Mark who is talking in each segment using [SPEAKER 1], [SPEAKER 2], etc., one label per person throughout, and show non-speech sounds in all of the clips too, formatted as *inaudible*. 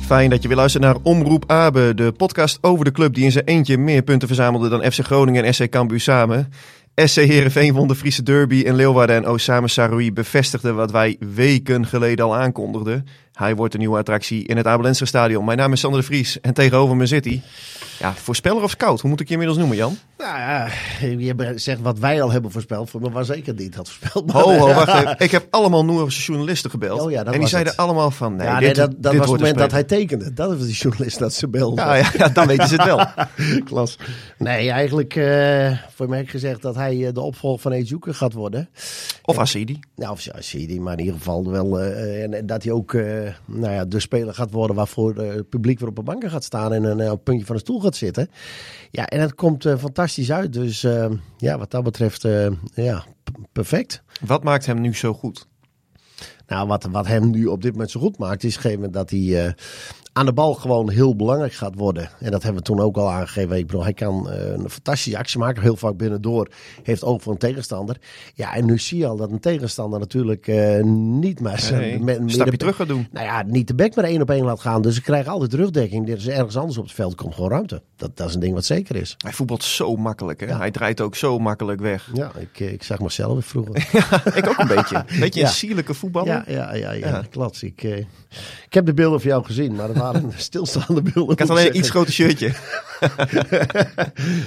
[SPEAKER 1] Fijn dat je weer luistert naar Omroep Abe, de podcast over de club die in zijn eentje meer punten verzamelde dan FC Groningen en SC Cambuur samen. SC Heerenveen won de Friese derby en Leeuwarden en Osama Saroui bevestigden wat wij weken geleden al aankondigden. Hij wordt de nieuwe attractie in het Abelense stadion. Mijn naam is Sander de Vries en tegenover me zit hij. Ja, voorspeller of scout? Hoe moet ik je inmiddels noemen, Jan?
[SPEAKER 2] Nou ja, je zegt wat wij al hebben voorspeld. Voor me was zeker niet had voorspeld. eh,
[SPEAKER 1] Ho, ho, wacht even. Ik heb allemaal Noorse journalisten gebeld.
[SPEAKER 2] Oh ja, dat
[SPEAKER 1] en die
[SPEAKER 2] was
[SPEAKER 1] zeiden
[SPEAKER 2] het.
[SPEAKER 1] allemaal van, nee,
[SPEAKER 2] ja, nee,
[SPEAKER 1] dit,
[SPEAKER 2] dat, dat
[SPEAKER 1] dit
[SPEAKER 2] was het
[SPEAKER 1] wordt
[SPEAKER 2] moment dat
[SPEAKER 1] een
[SPEAKER 2] hij tekende. Dat was die journalist dat ze belde.
[SPEAKER 1] speler. Ja, ja, ja, dan weten ze het wel.
[SPEAKER 2] Klas. Nee, eigenlijk eh, voor mij gezegd dat hij eh, de opvolger van Ejuke gaat worden.
[SPEAKER 1] Of Assidi.
[SPEAKER 2] Nou, of als je die, maar in ieder geval wel. eh, en, en dat hij ook eh, nou ja, de speler gaat worden waarvoor eh, het publiek weer op de banken gaat staan en een eh, op het puntje van de stoel gaat zitten. Ja, en dat komt eh, fantastisch uit. Dus eh, ja, wat dat betreft, eh, ja, p- perfect.
[SPEAKER 1] Wat maakt hem nu zo goed?
[SPEAKER 2] Nou, wat, wat hem nu op dit moment zo goed maakt, is gegeven dat hij eh, aan de bal gewoon heel belangrijk gaat worden. En dat hebben we toen ook al aangegeven. Ik bedoel, hij kan eh, een fantastische actie maken, heel vaak binnendoor. Heeft oog voor een tegenstander. Ja, en nu zie je al dat een tegenstander natuurlijk eh, niet maar zijn-
[SPEAKER 1] Nee,
[SPEAKER 2] met-
[SPEAKER 1] een
[SPEAKER 2] meer
[SPEAKER 1] stapje
[SPEAKER 2] de-
[SPEAKER 1] terug gaat doen.
[SPEAKER 2] Nou ja, niet de bek maar één op één laat gaan. Dus ze krijgen altijd rugdekking. Er is ergens anders op het veld komt gewoon ruimte. Dat, dat is een ding wat zeker is.
[SPEAKER 1] Hij voetbalt zo makkelijk, hè? Hij draait ook zo makkelijk weg.
[SPEAKER 2] Ja, ik, eh, ik zag mezelf weer vroeger.
[SPEAKER 1] ik
[SPEAKER 2] *laughs*
[SPEAKER 1] ook een beetje. Een beetje
[SPEAKER 2] Ja.
[SPEAKER 1] een sierlijke voetballer.
[SPEAKER 2] Ja, ja, ja, ja,
[SPEAKER 1] Ja.
[SPEAKER 2] klopt. Ik, eh, ik heb de beelden van jou gezien, maar dat
[SPEAKER 1] *laughs*
[SPEAKER 2] waren *laughs* stilstaande beelden.
[SPEAKER 1] Ik had alleen een iets groter shirtje.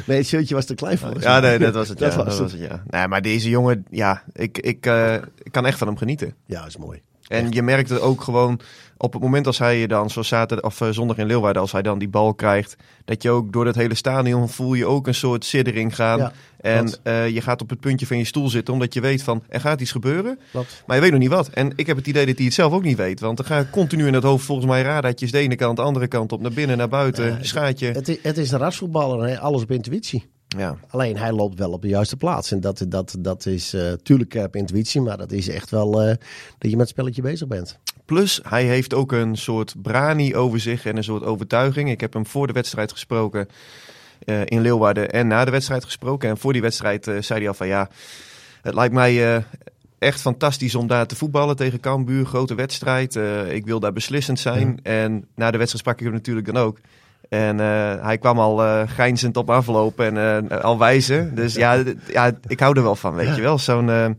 [SPEAKER 2] Nee, het shirtje was te klein voor.
[SPEAKER 1] Ja, nee, dat was het.
[SPEAKER 2] Dat
[SPEAKER 1] ja,
[SPEAKER 2] was
[SPEAKER 1] dat
[SPEAKER 2] het.
[SPEAKER 1] was het ja. Nee, maar deze jongen, ja, ik, ik, eh, ik kan echt van hem genieten.
[SPEAKER 2] *laughs* Ja, is mooi.
[SPEAKER 1] En je merkt het ook gewoon op het moment als hij je dan, zoals zaterdag of eh, zondag in Leeuwarden, als hij dan die bal krijgt, dat je ook door dat hele stadion voel je ook een soort siddering gaan.
[SPEAKER 2] Ja,
[SPEAKER 1] en
[SPEAKER 2] klopt.
[SPEAKER 1] eh, je gaat op het puntje van je stoel zitten, omdat je weet van er gaat iets gebeuren.
[SPEAKER 2] Klopt.
[SPEAKER 1] Maar je weet nog niet wat. En ik heb het idee dat hij het zelf ook niet weet. Want er gaan continu in het hoofd volgens mij radertjes de ene kant, de andere kant op, naar binnen, naar buiten, schaatje.
[SPEAKER 2] Het is, het is een rasvoetballer, hè? alles op intuïtie.
[SPEAKER 1] Ja.
[SPEAKER 2] Alleen hij loopt wel op de juiste plaats. En dat, dat, dat is eh tuurlijk eh, op intuïtie, maar dat is echt wel eh, dat je met het spelletje bezig bent.
[SPEAKER 1] Plus, hij heeft ook een soort brani over zich en een soort overtuiging. Ik heb hem voor de wedstrijd gesproken eh, in Leeuwarden en na de wedstrijd gesproken. En voor die wedstrijd eh, zei hij al van ja, het lijkt mij eh, echt fantastisch om daar te voetballen tegen Cambuur. Grote wedstrijd. Eh, ik wil daar beslissend zijn. En na de wedstrijd sprak ik hem natuurlijk dan ook. En eh, hij kwam al eh grijnzend op afloop en eh, al wijzen. Dus ja, d- ja, ik hou er wel van, weet je wel. Zo'n, eh, ja,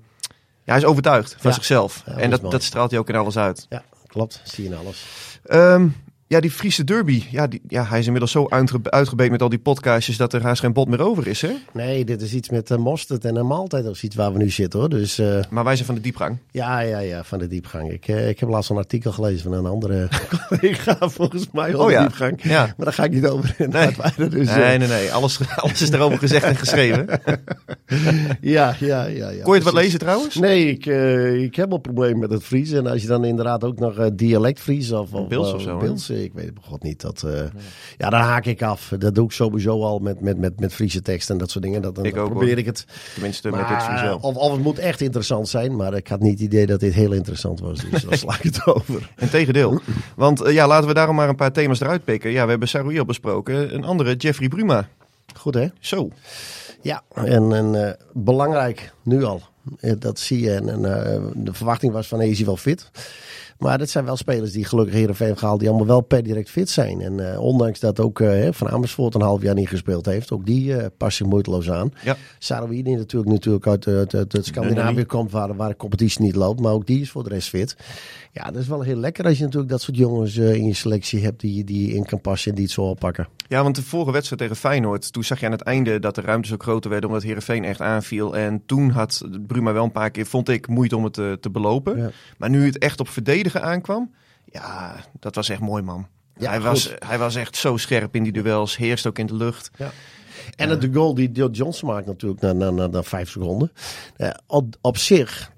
[SPEAKER 1] hij is overtuigd van
[SPEAKER 2] Ja.
[SPEAKER 1] zichzelf.
[SPEAKER 2] Ja, dat
[SPEAKER 1] en
[SPEAKER 2] is
[SPEAKER 1] dat,
[SPEAKER 2] mooi.
[SPEAKER 1] dat straalt hij ook in alles uit.
[SPEAKER 2] Ja, klopt. Zie je in alles.
[SPEAKER 1] Ehm, ja, die Friese derby. Ja, die, ja, hij is inmiddels zo uitge uitgebeet met al die podcastjes dat er haast geen bot meer over is. Hè?
[SPEAKER 2] Nee, dit is iets met eh, mosterd en een maaltijd of iets waar we nu zitten hoor. Dus eh,
[SPEAKER 1] Maar wij zijn van de diepgang.
[SPEAKER 2] Ja, ja, ja, van de diepgang. Ik, eh, ik heb laatst een artikel gelezen van een andere *laughs* collega, volgens mij, over
[SPEAKER 1] Oh ja.
[SPEAKER 2] diepgang.
[SPEAKER 1] Ja.
[SPEAKER 2] Maar daar ga ik niet over in.
[SPEAKER 1] Nee.
[SPEAKER 2] Dus, eh,
[SPEAKER 1] Nee, nee, nee. Alles, *laughs* alles is erover gezegd en geschreven. Kon
[SPEAKER 2] Ja, ja, ja. ja
[SPEAKER 1] je het wat
[SPEAKER 2] precies.
[SPEAKER 1] lezen trouwens?
[SPEAKER 2] Nee, ik, eh, ik heb al problemen met het Fries. En als je dan inderdaad ook nog eh, dialect Fries of... of
[SPEAKER 1] Pils
[SPEAKER 2] eh,
[SPEAKER 1] of zo, hè?
[SPEAKER 2] Pils, eh, ik weet het bij god niet. Dat, eh, Ja, daar haak ik af. Dat doe ik sowieso al met, met, met, met Friese teksten en dat soort dingen. Dat, dan
[SPEAKER 1] Ik
[SPEAKER 2] dan
[SPEAKER 1] ook,
[SPEAKER 2] probeer
[SPEAKER 1] hoor.
[SPEAKER 2] ik het.
[SPEAKER 1] Tenminste, met
[SPEAKER 2] Maar,
[SPEAKER 1] het vanzelf.
[SPEAKER 2] of, of het moet echt interessant zijn. Maar ik had niet het idee dat dit heel interessant was.
[SPEAKER 1] *laughs*
[SPEAKER 2] Dus dan sla ik het over.
[SPEAKER 1] Integendeel. Want eh, ja, laten we daarom maar een paar thema's eruit pikken. Ja, we hebben Saroui al besproken. Een andere, Jeffrey Bruma.
[SPEAKER 2] Goed, hè?
[SPEAKER 1] Zo.
[SPEAKER 2] Ja, en, en eh, belangrijk nu al. Eh, Dat zie je. En, en, eh, de verwachting was van, hey, is hij wel fit? Maar dat zijn wel spelers die gelukkig Heerenveen heeft gehaald... die allemaal wel per direct fit zijn. En eh, ondanks dat ook eh, hè, Van Amersfoort een half jaar niet gespeeld heeft... ook die eh, past zich moeiteloos aan.
[SPEAKER 1] Ja.
[SPEAKER 2] Saroui die natuurlijk, natuurlijk uit, eh, uit, uit het Scandinavië
[SPEAKER 1] Nederland.
[SPEAKER 2] komt... Waar, waar de competitie niet loopt, maar ook die is voor de rest fit. Ja, dat is wel heel lekker als je natuurlijk dat soort jongens eh, in je selectie hebt... die, die in kan passen en die het zo oppakken.
[SPEAKER 1] Ja, want de vorige wedstrijd tegen Feyenoord, toen zag je aan het einde dat de ruimtes ook groter werden omdat Heerenveen echt aanviel. En toen had Bruma wel een paar keer, vond ik, moeite om het te, te belopen.
[SPEAKER 2] Ja.
[SPEAKER 1] Maar nu het echt op verdedigen aankwam, ja, dat was echt mooi man.
[SPEAKER 2] Ja,
[SPEAKER 1] hij,
[SPEAKER 2] goed.
[SPEAKER 1] was, hij was echt zo scherp in die duels, heerst ook in de lucht.
[SPEAKER 2] Ja. En het de goal die Joe Johnson maakt natuurlijk na, na, na, na vijf seconden. Eh, op, op zich,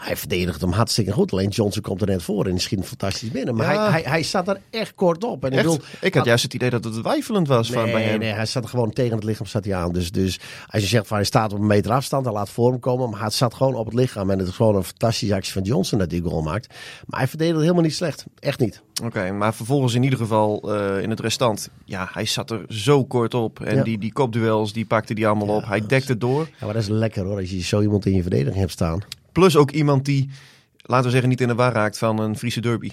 [SPEAKER 2] hij verdedigt hem hartstikke goed. Alleen Johnson komt er net voor en die schiet hem fantastisch binnen. Maar
[SPEAKER 1] Ja.
[SPEAKER 2] hij, hij, hij staat er echt kort op. En
[SPEAKER 1] Echt,
[SPEAKER 2] ik bedoel, Ah,
[SPEAKER 1] ik had juist het idee dat het twijfelend was van, bij
[SPEAKER 2] Nee,
[SPEAKER 1] hem.
[SPEAKER 2] nee, hij staat gewoon tegen het lichaam staat hij aan. Dus, dus als je zegt van hij staat op een meter afstand, hij laat vorm komen. Maar hij staat gewoon op het lichaam. En het is gewoon een fantastische actie van Johnson dat die goal maakt. Maar hij verdedigt helemaal niet slecht. Echt niet.
[SPEAKER 1] Oké, maar vervolgens in ieder geval eh, in het restant, ja, hij zat er zo kort op. En
[SPEAKER 2] Ja.
[SPEAKER 1] die, die kopduels, die pakte die allemaal op. Hij dekte door.
[SPEAKER 2] Ja, maar dat is lekker hoor, als je zo iemand in je verdediging hebt staan.
[SPEAKER 1] Plus ook iemand die, laten we zeggen, niet in de war raakt van een Friese derby.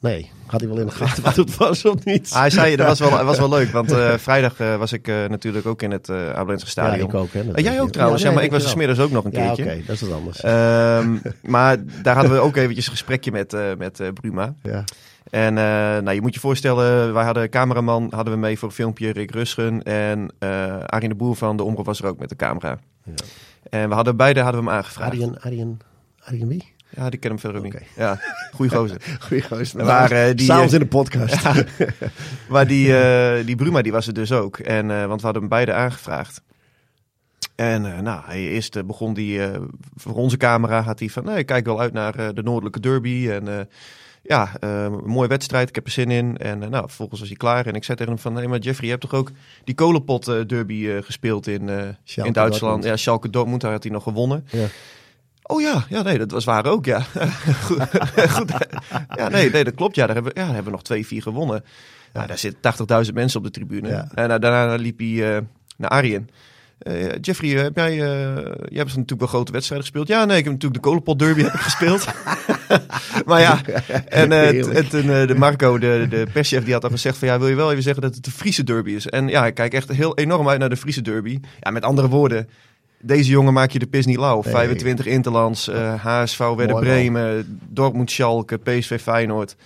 [SPEAKER 2] Nee, had hij wel in de *laughs* gaten wat het was of niet?
[SPEAKER 1] Ah, hij zei, dat was wel, dat was wel leuk, want eh, vrijdag eh, was ik eh, natuurlijk ook in het eh Abelense
[SPEAKER 2] ja,
[SPEAKER 1] Stadion.
[SPEAKER 2] ik ook. Hè, dat
[SPEAKER 1] Eh,
[SPEAKER 2] weet
[SPEAKER 1] jij
[SPEAKER 2] je.
[SPEAKER 1] ook trouwens,
[SPEAKER 2] Ja,
[SPEAKER 1] ja,
[SPEAKER 2] nee,
[SPEAKER 1] maar ik was
[SPEAKER 2] dankjewel.
[SPEAKER 1] er smiddags ook nog een
[SPEAKER 2] Ja, oké,
[SPEAKER 1] keertje.
[SPEAKER 2] dat is wat anders.
[SPEAKER 1] Ehm, maar daar hadden we ook eventjes een gesprekje met, eh, met eh, Bruma.
[SPEAKER 2] ja.
[SPEAKER 1] En eh, nou, je moet je voorstellen, wij hadden een cameraman hadden we mee voor een filmpje, Rick Rusgen. En eh Arjen de Boer van de Omroep was er ook met de camera.
[SPEAKER 2] Ja.
[SPEAKER 1] En we hadden beide hadden we hem aangevraagd.
[SPEAKER 2] Arjen, Arjen, Arjen wie?
[SPEAKER 1] Ja, die ken hem verder ook
[SPEAKER 2] Oké.
[SPEAKER 1] niet. Ja, goeie gozer.
[SPEAKER 2] Goeie gozer.
[SPEAKER 1] Maar, eh, die-
[SPEAKER 2] S'avonds in de
[SPEAKER 1] *laughs*
[SPEAKER 2] podcast.
[SPEAKER 1] Maar die, eh, die Bruma die was er dus ook. En, eh, want we hadden hem beide aangevraagd. En eh, nou, hij, eerst eh, begon hij eh, voor onze camera. Had hij van: nee, ik kijk wel uit naar eh, de Noordelijke Derby. En eh, ja, eh, een mooie wedstrijd. Ik heb er zin in. En eh, nou, vervolgens was hij klaar. En ik zei tegen hem: van, Hé, maar Jeffrey, je hebt toch ook die kolenpot eh, Derby eh, gespeeld in, eh,
[SPEAKER 2] Schalke
[SPEAKER 1] in Duitsland?
[SPEAKER 2] Dortmund.
[SPEAKER 1] Ja, Schalke Dortmund, daar had hij nog gewonnen.
[SPEAKER 2] Ja.
[SPEAKER 1] Oh ja, ja, nee, dat was waar ook, ja. *laughs* Goed, goed. ja, nee, nee, dat klopt. Ja, daar hebben, we- ja, daar hebben we nog 2-4 gewonnen. Nou, daar zitten 80.000 mensen op de tribune.
[SPEAKER 2] Ja.
[SPEAKER 1] En nou, daarna liep hij eh, naar Arjen. Eh, Jeffrey, heb jij, eh, jij hebt natuurlijk wel grote wedstrijden gespeeld. Ja, nee, ik heb natuurlijk de kolenpot derby *laughs* heb ik gespeeld. maar ja, en, eh,
[SPEAKER 2] Heerlijk.
[SPEAKER 1] t- en toen eh, de Marco, de, de perschef, die had al gezegd van... ja, wil je wel even zeggen dat het de Friese derby is? En ja, ik kijk echt heel enorm uit naar de Friese derby. Ja, met andere woorden, deze jongen maak je de pis niet lauw.
[SPEAKER 2] Nee.
[SPEAKER 1] 25 Interlands, eh, HSV, Werder
[SPEAKER 2] man.
[SPEAKER 1] Bremen, Dortmund, Schalke, PSV, Feyenoord.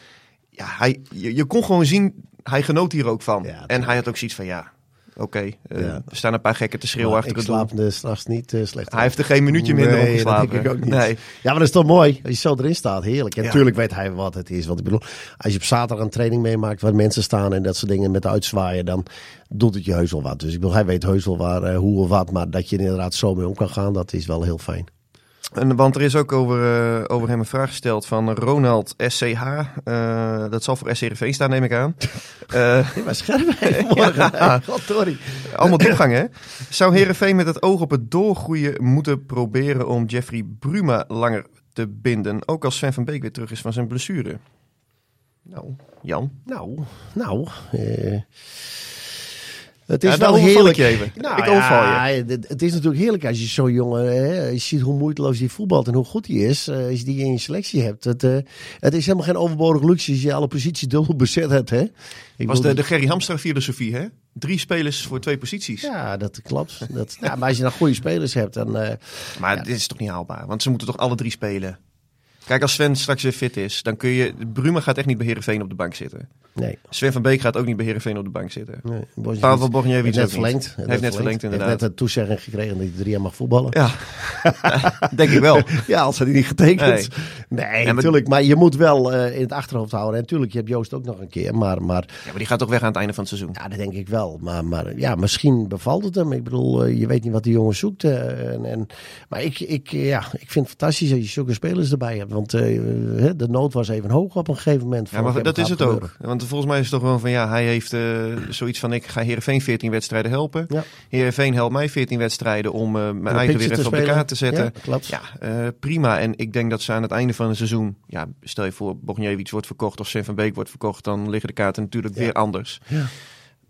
[SPEAKER 1] Ja, hij, je, je kon gewoon zien, hij genoot hier ook van.
[SPEAKER 2] Ja, tuurlijk.
[SPEAKER 1] en hij had ook zoiets van, ja, oké, eh,
[SPEAKER 2] Ja.
[SPEAKER 1] er staan een paar gekken te schreeuwen
[SPEAKER 2] Maar
[SPEAKER 1] achter
[SPEAKER 2] ik
[SPEAKER 1] het doel.
[SPEAKER 2] slaap er s'nachts niet eh, slecht
[SPEAKER 1] Hij heeft er geen minuutje minder op geslapen.
[SPEAKER 2] Dat denk ik ook niet.
[SPEAKER 1] Nee.
[SPEAKER 2] Ja, maar dat is toch mooi. Als je zo erin staat, heerlijk. En
[SPEAKER 1] Ja.
[SPEAKER 2] natuurlijk weet hij wat het is. Want ik bedoel, als je op zaterdag een training meemaakt waar mensen staan en dat soort dingen met uitzwaaien, dan doet het je heus wel wat. Dus ik bedoel, hij weet heus wel waar, eh, hoe of wat. Maar dat je er inderdaad zo mee om kan gaan, dat is wel heel fijn.
[SPEAKER 1] En, want er is ook over, eh, over hem een vraag gesteld van Ronald SCH. Eh, dat zal voor SCRV staan, neem ik
[SPEAKER 2] *laughs*
[SPEAKER 1] aan. Eh,
[SPEAKER 2] Dit was scherp *laughs* morgen. sorry.
[SPEAKER 1] allemaal diepgang, hè? Zou Herenveen met het oog op het doorgroeien moeten proberen om Jeffrey Bruma langer te binden? Ook als Sven van Beek weer terug is van zijn blessure. Nou, Jan.
[SPEAKER 2] Nou, nou. eh, het
[SPEAKER 1] Ja,
[SPEAKER 2] is
[SPEAKER 1] daar
[SPEAKER 2] wel
[SPEAKER 1] overval ik
[SPEAKER 2] heerlijk.
[SPEAKER 1] je even.
[SPEAKER 2] Nou
[SPEAKER 1] ik overval je.
[SPEAKER 2] ja, Het, het is natuurlijk heerlijk als je zo'n jongen... Hè, je ziet hoe moeiteloos die voetbalt en hoe goed hij is. eh, als je die in je selectie hebt. Het, eh, het is helemaal geen overbodig luxe als je alle posities dubbel *laughs* bezet hebt. Hè? Ik
[SPEAKER 1] was
[SPEAKER 2] bedoel,
[SPEAKER 1] de, de Gerry Hamstra filosofie, hè? Drie spelers voor twee posities.
[SPEAKER 2] Ja, dat klopt. Dat, ja, maar als je dan goede spelers hebt, dan... eh,
[SPEAKER 1] Maar dit is toch niet haalbaar? Want ze moeten toch alle drie spelen? Kijk, als Sven straks weer fit is, dan kun je... Bruma gaat echt niet bij Herenveen op de bank zitten.
[SPEAKER 2] nee.
[SPEAKER 1] Sven van Beek gaat ook niet bij Herenveen op de bank zitten.
[SPEAKER 2] nee
[SPEAKER 1] Pavel Bogniewicz
[SPEAKER 2] heeft
[SPEAKER 1] ook
[SPEAKER 2] net
[SPEAKER 1] niet.
[SPEAKER 2] verlengd.
[SPEAKER 1] Hij heeft net verlengd,
[SPEAKER 2] Hij heeft
[SPEAKER 1] inderdaad.
[SPEAKER 2] net een toezegging gekregen dat hij drie jaar mag voetballen.
[SPEAKER 1] Ja,
[SPEAKER 2] *laughs*
[SPEAKER 1] *laughs* denk ik wel.
[SPEAKER 2] Ja, als had hij niet getekend. Nee,
[SPEAKER 1] maar-
[SPEAKER 2] natuurlijk. Maar je moet wel eh, in het achterhoofd houden. En natuurlijk, je hebt Joost ook nog een keer. Maar, maar
[SPEAKER 1] Ja, maar die gaat toch weg aan het einde van het seizoen.
[SPEAKER 2] ja, dat denk ik wel. Maar, maar ja, misschien bevalt het hem. Ik bedoel, eh, je weet niet wat die jongen zoekt. eh, en, en, maar ik, ik, eh, ja, ik vind het fantastisch dat je zulke spelers erbij hebt. Want eh, hè, de nood was even hoog op een gegeven moment.
[SPEAKER 1] Ja, maar dat is het ook. Want volgens mij is het toch gewoon van, ja, hij heeft eh, zoiets van, ik ga Heerenveen 14 wedstrijden helpen.
[SPEAKER 2] Ja.
[SPEAKER 1] Heerenveen helpt mij 14 wedstrijden om eh, mijn eigen weer
[SPEAKER 2] pitje te
[SPEAKER 1] even op de
[SPEAKER 2] spelen.
[SPEAKER 1] kaart te zetten.
[SPEAKER 2] Ja, klopt.
[SPEAKER 1] Ja, eh, prima. En ik denk dat ze aan het einde van het seizoen, ja, stel je voor Bogniewicz wordt verkocht of Sven van Beek wordt verkocht, dan liggen de kaarten natuurlijk weer anders.
[SPEAKER 2] Ja.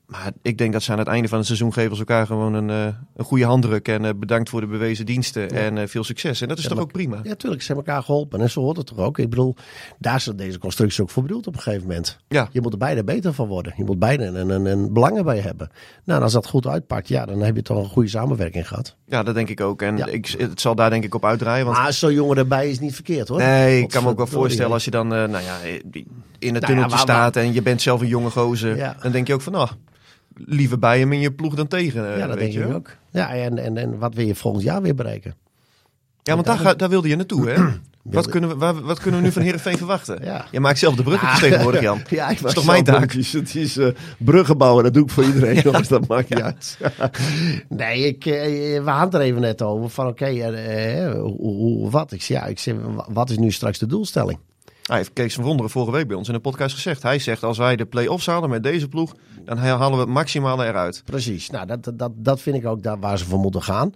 [SPEAKER 1] Maar ik denk dat ze aan het einde van het seizoen geven ze elkaar gewoon een, eh, een goede handdruk en eh, bedankt voor de bewezen diensten en eh, veel succes. En dat is toch
[SPEAKER 2] maar-
[SPEAKER 1] ook prima.
[SPEAKER 2] Ja, tuurlijk. Ze hebben elkaar geholpen. En zo hoort het toch ook. Ik bedoel, daar is deze constructie ook voor bedoeld op een gegeven moment.
[SPEAKER 1] Ja.
[SPEAKER 2] Je moet er beide beter van worden. Je moet beide een, een, een belangen bij hebben. Nou, en als dat goed uitpakt, ja, dan heb je toch een goede samenwerking gehad.
[SPEAKER 1] Ja, dat denk ik ook. En
[SPEAKER 2] Ja.
[SPEAKER 1] ik, het zal daar denk ik op uitdraaien. Want
[SPEAKER 2] Maar zo'n jongen erbij is niet verkeerd, hoor.
[SPEAKER 1] nee, ik kan me ook wel
[SPEAKER 2] Godverdorie.
[SPEAKER 1] voorstellen als je dan eh, nou ja, in het
[SPEAKER 2] Nou ja,
[SPEAKER 1] tunneltje
[SPEAKER 2] waar-
[SPEAKER 1] staat en je bent zelf een jonge gozer.
[SPEAKER 2] Ja.
[SPEAKER 1] Dan denk je ook van, ah, liever bij hem in je ploeg dan tegen. eh,
[SPEAKER 2] Ja, dat
[SPEAKER 1] weet
[SPEAKER 2] denk
[SPEAKER 1] je.
[SPEAKER 2] ik ook. Ja, en, en, en wat wil je volgend jaar weer bereiken?
[SPEAKER 1] Ja, want daar, ga, daar wilde je naartoe, hè? *clears throat* wat,
[SPEAKER 2] Wilde-
[SPEAKER 1] kunnen we, waar- wat kunnen we nu van Heerenveen verwachten?
[SPEAKER 2] Ja.
[SPEAKER 1] Je maakt zelf de bruggetjes
[SPEAKER 2] Ah. *laughs*
[SPEAKER 1] tegenwoordig, Jan.
[SPEAKER 2] Ja, ik
[SPEAKER 1] Dat is toch mijn taak?
[SPEAKER 2] Het is eh, bruggen bouwen, dat doe ik voor
[SPEAKER 1] *laughs*
[SPEAKER 2] iedereen, *laughs* jongens, dat maakt niet uit. *laughs* nee, ik, eh, we hadden het er even net over, van oké, eh, eh, hoe, hoe- wat? Ik zei, ja, ik zei, wa- wat is nu straks de doelstelling?
[SPEAKER 1] Hij heeft Ah, Kees van Wonderen vorige week bij ons in de podcast gezegd. Hij zegt, als wij de play-offs halen met deze ploeg, dan halen we het maximale eruit.
[SPEAKER 2] Precies, nou, dat, dat, dat vind ik ook daar waar ze voor moeten gaan.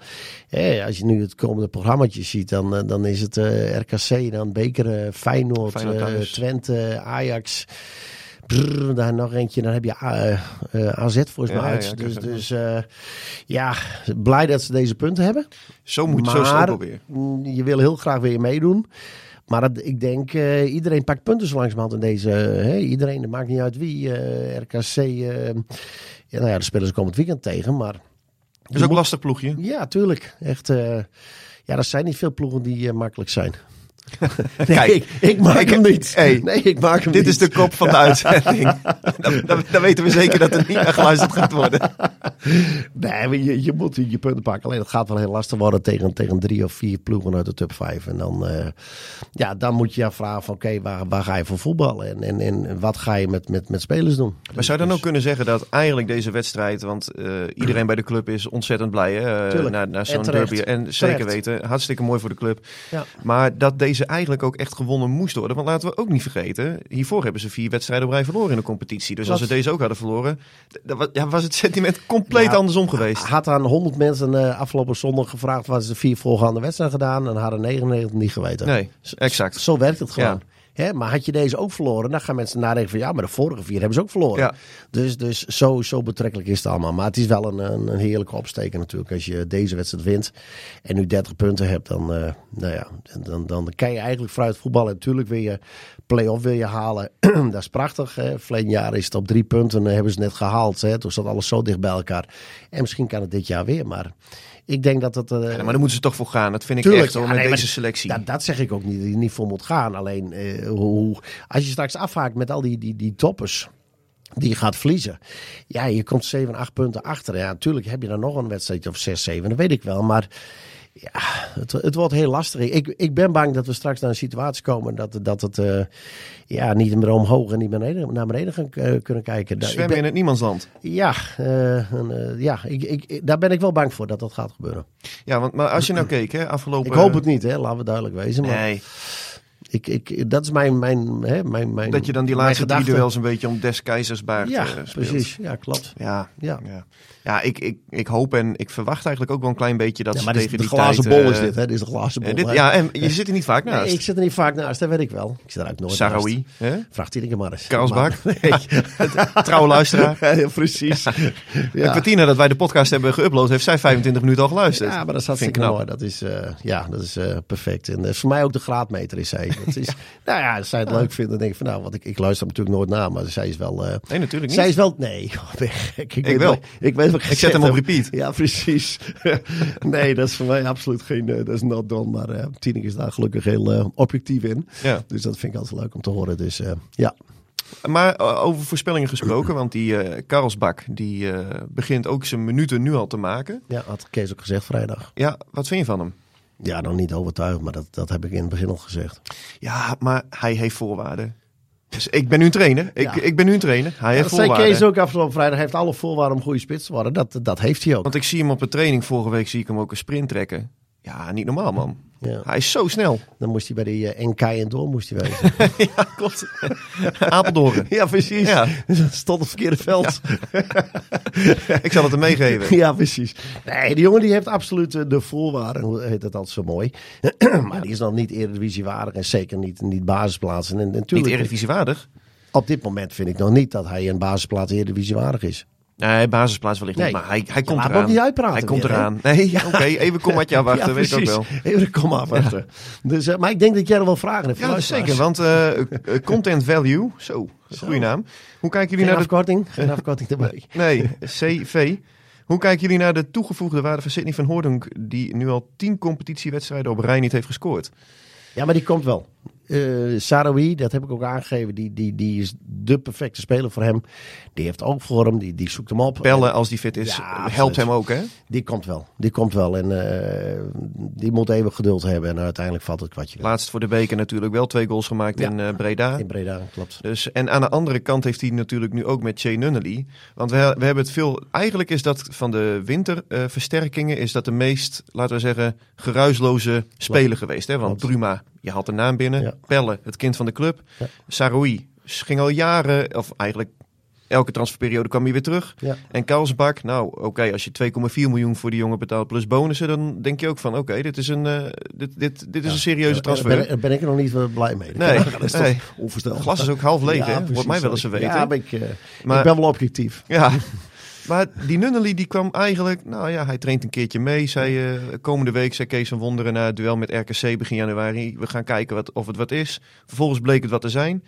[SPEAKER 2] Eh, als je nu het komende programmaatje ziet, dan, eh, dan is het eh, RKC, dan Bekeren, Feyenoord,
[SPEAKER 1] Feyenoord
[SPEAKER 2] eh,
[SPEAKER 1] thuis.
[SPEAKER 2] Twente, Ajax. Brrr, daar nog eentje, dan heb je A- eh, eh, AZ volgens mij
[SPEAKER 1] Ja,
[SPEAKER 2] uit.
[SPEAKER 1] ja, ik heb
[SPEAKER 2] dus
[SPEAKER 1] het
[SPEAKER 2] dus eh, ja, blij dat ze deze punten hebben.
[SPEAKER 1] Zo moet zo is het ook
[SPEAKER 2] maar
[SPEAKER 1] alweer.
[SPEAKER 2] mm, je wil heel graag weer meedoen. Maar dat, ik denk, eh, iedereen pakt punten zo langzamerhand in deze. eh, hè, iedereen, het maakt niet uit wie. eh, RKC. eh, ja, nou ja, de spelers komen het weekend tegen. Maar
[SPEAKER 1] Dat is ook een lastig ploegje.
[SPEAKER 2] ja, tuurlijk. Echt. eh, ja, er zijn niet veel ploegen die eh, makkelijk
[SPEAKER 1] *laughs*
[SPEAKER 2] zijn.
[SPEAKER 1] Kijk.
[SPEAKER 2] ik, ik maak
[SPEAKER 1] Ik-
[SPEAKER 2] hem niet.
[SPEAKER 1] Hey.
[SPEAKER 2] nee, ik maak hem
[SPEAKER 1] Dit
[SPEAKER 2] niet.
[SPEAKER 1] is de kop *laughs* van de uitzending. dan, dan, dan weten we zeker dat er niet naar geluisterd gaat worden.
[SPEAKER 2] Nee, maar je, je moet je punten pakken. Alleen het gaat wel heel lastig worden tegen, tegen drie of vier ploegen uit de top vijf. En dan, eh, ja, dan moet je je afvragen van oké, waar, waar ga je voor voetballen? En, en, en wat ga je met, met, met spelers doen?
[SPEAKER 1] Maar zou je dan ook kunnen zeggen dat eigenlijk deze wedstrijd, want eh, iedereen bij de club is ontzettend blij hè, eh,
[SPEAKER 2] Tuurlijk.
[SPEAKER 1] na, na zo'n
[SPEAKER 2] En terecht.
[SPEAKER 1] derby. En zeker
[SPEAKER 2] Terecht.
[SPEAKER 1] weten, hartstikke mooi voor de club.
[SPEAKER 2] Ja.
[SPEAKER 1] Maar dat deze eigenlijk ook echt gewonnen moest worden. Want laten we ook niet vergeten, hiervoor hebben ze vier wedstrijden op rij verloren in de competitie. Dus als ze
[SPEAKER 2] Klopt.
[SPEAKER 1] deze ook hadden verloren, d- dan wa- ja, was het sentiment compleet
[SPEAKER 2] Ja. Ah.
[SPEAKER 1] andersom geweest.
[SPEAKER 2] Had aan 100 mensen eh, afgelopen zondag gevraagd wat ze de vier voorgaande wedstrijden gedaan en hadden 99 niet geweten.
[SPEAKER 1] Nee, exact.
[SPEAKER 2] Zo werkt het gewoon.
[SPEAKER 1] Ja.
[SPEAKER 2] Hè, maar had je deze ook verloren, dan gaan mensen nadenken van ja, maar de vorige vier hebben ze ook verloren.
[SPEAKER 1] Ja.
[SPEAKER 2] Dus, dus zo, zo betrekkelijk is het allemaal. Maar het is wel een, een, een heerlijke opsteker natuurlijk. Als je deze wedstrijd wint en nu 30 punten hebt, dan, eh, nou ja, dan, dan kan je eigenlijk vooruit voetballen. Natuurlijk wil je play-off wil je halen. *clears throat* dat is prachtig. Hè. Verleden jaar is het op drie punten, eh, hebben ze het net gehaald. Hè. Toen zat alles zo dicht bij elkaar. En misschien kan het dit jaar weer, maar ik denk dat dat... eh,
[SPEAKER 1] Ja, maar daar moeten ze toch voor gaan. Dat vind ik
[SPEAKER 2] Tuurlijk,
[SPEAKER 1] echt hoor,
[SPEAKER 2] ja,
[SPEAKER 1] met
[SPEAKER 2] nee, maar
[SPEAKER 1] deze selectie.
[SPEAKER 2] dat, dat zeg ik ook niet, dat je niet voor moet gaan. Alleen eh, hoe, hoe- als je straks afhaakt met al die, die, die toppers die je gaat verliezen. Ja, je komt 7, 8 punten achter. Ja, natuurlijk heb je dan nog een wedstrijd of 6, 7, dat weet ik wel. Maar ja, het, het wordt heel lastig. Ik, ik ben bang dat we straks naar een situatie komen dat, dat het eh, ja, niet meer omhoog en niet meer beneden- naar beneden gaan, eh, kunnen kijken. Daar- ik
[SPEAKER 1] Zwemmen in het niemandsland.
[SPEAKER 2] ben- ja, eh, en, eh, ja ik, ik, ik- daar ben ik wel bang voor dat dat gaat gebeuren.
[SPEAKER 1] Ja, want maar als je nou keek, hè, afgelopen...
[SPEAKER 2] Ik hoop het niet, hè, laten we duidelijk wezen. Maar
[SPEAKER 1] Nee,
[SPEAKER 2] Ik, ik, dat is mijn, mijn, hè, mijn, mijn
[SPEAKER 1] dat je dan die
[SPEAKER 2] mijn
[SPEAKER 1] laatste drie
[SPEAKER 2] gedachte.
[SPEAKER 1] duels een beetje om des keizers baard
[SPEAKER 2] Ja,
[SPEAKER 1] eh, speelt.
[SPEAKER 2] precies. Ja, klopt.
[SPEAKER 1] Ja,
[SPEAKER 2] Ja.
[SPEAKER 1] ja. ja ik, ik, ik hoop en ik verwacht eigenlijk ook wel een klein beetje dat
[SPEAKER 2] Ja,
[SPEAKER 1] ze
[SPEAKER 2] maar dit is
[SPEAKER 1] tegen
[SPEAKER 2] de
[SPEAKER 1] die
[SPEAKER 2] glazen
[SPEAKER 1] tijd,
[SPEAKER 2] bol is
[SPEAKER 1] eh,
[SPEAKER 2] dit, hè? Dit is de glazen bol.
[SPEAKER 1] eh, dit-
[SPEAKER 2] hè?
[SPEAKER 1] ja, en je zit er niet vaak
[SPEAKER 2] Nee,
[SPEAKER 1] naast.
[SPEAKER 2] ik zit er niet vaak naast, dat weet ik wel. Ik zit er ook nooit naast.
[SPEAKER 1] Sarawi, hè?
[SPEAKER 2] Vraagt iedere keer maar eens.
[SPEAKER 1] Karlsbak.
[SPEAKER 2] Maar-
[SPEAKER 1] *laughs* Trouwe luisteraar.
[SPEAKER 2] Nee. *laughs* *laughs* ja, precies.
[SPEAKER 1] En
[SPEAKER 2] Ja.
[SPEAKER 1] Bettina, dat wij de podcast hebben geüpload, heeft zij 25 minuten al geluisterd.
[SPEAKER 2] Ja, maar dat is
[SPEAKER 1] Vind ik
[SPEAKER 2] hartstikke
[SPEAKER 1] knap.
[SPEAKER 2] mooi. Dat is, eh, ja, dat is eh, perfect. En dat is voor mij ook de graadmeter is zij.
[SPEAKER 1] *laughs*
[SPEAKER 2] Dat is, Nou ja, als zij het leuk vindt, dan denk ik van nou, want ik, ik luister hem natuurlijk nooit na, maar zij is wel... eh,
[SPEAKER 1] Nee, natuurlijk niet.
[SPEAKER 2] Zij is wel... Nee, *laughs* joh, ben je gek. Ik, weet
[SPEAKER 1] wel.
[SPEAKER 2] wat- Ik, weet wat ik,
[SPEAKER 1] Ik zet hem op
[SPEAKER 2] gezegd heb.
[SPEAKER 1] repeat.
[SPEAKER 2] Ja, precies. *laughs* nee, dat is voor mij absoluut geen... eh, dat is not done. Maar eh Tineke is daar gelukkig heel eh, objectief in.
[SPEAKER 1] Ja.
[SPEAKER 2] Dus dat vind ik altijd leuk om te horen. Dus eh, ja.
[SPEAKER 1] Maar eh, over voorspellingen gesproken, want die eh Karlsbak die, eh, begint ook zijn minuten nu al te maken.
[SPEAKER 2] ja, had Kees ook gezegd vrijdag.
[SPEAKER 1] Ja, wat vind je van hem?
[SPEAKER 2] Ja, nog niet overtuigd, maar dat, dat heb ik in het begin al gezegd.
[SPEAKER 1] Ja, maar hij heeft voorwaarden. Dus ik ben nu trainer. Ik,
[SPEAKER 2] Ja.
[SPEAKER 1] ik ben nu trainer. Hij
[SPEAKER 2] Ja,
[SPEAKER 1] heeft
[SPEAKER 2] dat zei
[SPEAKER 1] voorwaarden.
[SPEAKER 2] Kees ook afgelopen vrijdag. Hij heeft alle voorwaarden om goede spits te worden. Dat, dat heeft hij ook.
[SPEAKER 1] Want ik zie hem op de training vorige week, zie ik hem ook een sprint trekken. Ja, niet normaal man.
[SPEAKER 2] Ja.
[SPEAKER 1] Hij is zo snel.
[SPEAKER 2] Dan moest hij bij die eh, NK en door
[SPEAKER 1] *laughs*
[SPEAKER 2] moest hij wezen.
[SPEAKER 1] ja, klopt. Apeldoorn.
[SPEAKER 2] ja, precies. *laughs*
[SPEAKER 1] Ja.
[SPEAKER 2] Stond op het verkeerde veld.
[SPEAKER 1] Ik zal het hem meegeven.
[SPEAKER 2] *laughs* Ja, precies. Nee, die jongen die heeft absoluut eh, de voorwaarden, hoe heet dat altijd zo mooi. *clears throat* maar die is nog niet eredivisiewaardig en zeker niet, niet basisplaatsen. En, en
[SPEAKER 1] Niet
[SPEAKER 2] natuurlijk,
[SPEAKER 1] eredivisiewaardig.
[SPEAKER 2] op dit moment vind ik nog niet dat hij een basisplaats eredivisiewaardig is.
[SPEAKER 1] Nee, basisplaats wellicht
[SPEAKER 2] Nee.
[SPEAKER 1] niet, maar hij, hij komt
[SPEAKER 2] laat me
[SPEAKER 1] eraan.
[SPEAKER 2] ook niet uitpraten
[SPEAKER 1] Hij komt
[SPEAKER 2] weer, hè?
[SPEAKER 1] eraan. Nee,
[SPEAKER 2] *laughs*
[SPEAKER 1] ja, oké, even kommatje wachten,
[SPEAKER 2] Ja,
[SPEAKER 1] weet ik ook
[SPEAKER 2] precies.
[SPEAKER 1] wel.
[SPEAKER 2] Even een komma wachten. Dus, eh, maar ik denk dat jij er wel vragen hebt.
[SPEAKER 1] Ja, dat is zeker, want eh, eh, content value, zo, goede naam. Hoe kijken jullie
[SPEAKER 2] Geen
[SPEAKER 1] naar de... *laughs*
[SPEAKER 2] afkorting, geen afkorting erbij.
[SPEAKER 1] Nee, CV. Hoe kijken jullie naar de toegevoegde waarde van Sidney van Hoordunk, die nu al tien competitiewedstrijden op rij niet heeft gescoord?
[SPEAKER 2] Ja, maar die komt wel. Eh Sarawi, dat heb ik ook aangegeven, die, die, die is de perfecte speler voor hem. Die heeft ook voor hem, die, die zoekt hem op.
[SPEAKER 1] Bellen als die fit is,
[SPEAKER 2] Ja,
[SPEAKER 1] helpt
[SPEAKER 2] absoluut.
[SPEAKER 1] hem ook, hè?
[SPEAKER 2] Die komt wel. Die komt wel. En eh, die moet even geduld hebben. En uiteindelijk valt het kwartje wel.
[SPEAKER 1] Laatst voor de beker natuurlijk wel twee goals gemaakt
[SPEAKER 2] Ja.
[SPEAKER 1] in eh, Breda.
[SPEAKER 2] In Breda, klopt.
[SPEAKER 1] Dus, en aan de andere kant heeft hij natuurlijk nu ook met Jay Nunnally. Want we, we hebben het veel. Eigenlijk is dat van de winterversterkingen. is dat de meest, laten we zeggen, geruisloze speler geweest. Hè? Want
[SPEAKER 2] Klopt.
[SPEAKER 1] Bruma, je had de naam binnen.
[SPEAKER 2] Ja.
[SPEAKER 1] Pelle, het kind van de club.
[SPEAKER 2] Ja.
[SPEAKER 1] Saroui ging al jaren, of eigenlijk elke transferperiode kwam hij weer terug.
[SPEAKER 2] Ja.
[SPEAKER 1] En Karlsbak, nou oké, als je 2,4 miljoen voor die jongen betaalt plus bonussen, dan denk je ook van oké, dit is een, eh, dit, dit, dit is een serieuze
[SPEAKER 2] Ja,
[SPEAKER 1] transfer.
[SPEAKER 2] Daar Eh, ben, daar ben ik er nog niet wel blij mee. *laughs*
[SPEAKER 1] Nee,
[SPEAKER 2] dat is toch
[SPEAKER 1] nee.
[SPEAKER 2] onvoorstelbaar.
[SPEAKER 1] Het glas is ook half leeg, hè? Wordt
[SPEAKER 2] precies,
[SPEAKER 1] mij wel eens
[SPEAKER 2] sorry.
[SPEAKER 1] verweten.
[SPEAKER 2] Ja, maar ik, eh,
[SPEAKER 1] Maar-
[SPEAKER 2] ik ben wel objectief.
[SPEAKER 1] Ja, *laughs* Maar die Nunnely die kwam eigenlijk, nou ja, hij traint een keertje mee. Zei, eh, komende week zei Kees van Wonderen na het duel met RKC begin januari. We gaan kijken wat, of het wat is. Vervolgens bleek het wat te zijn.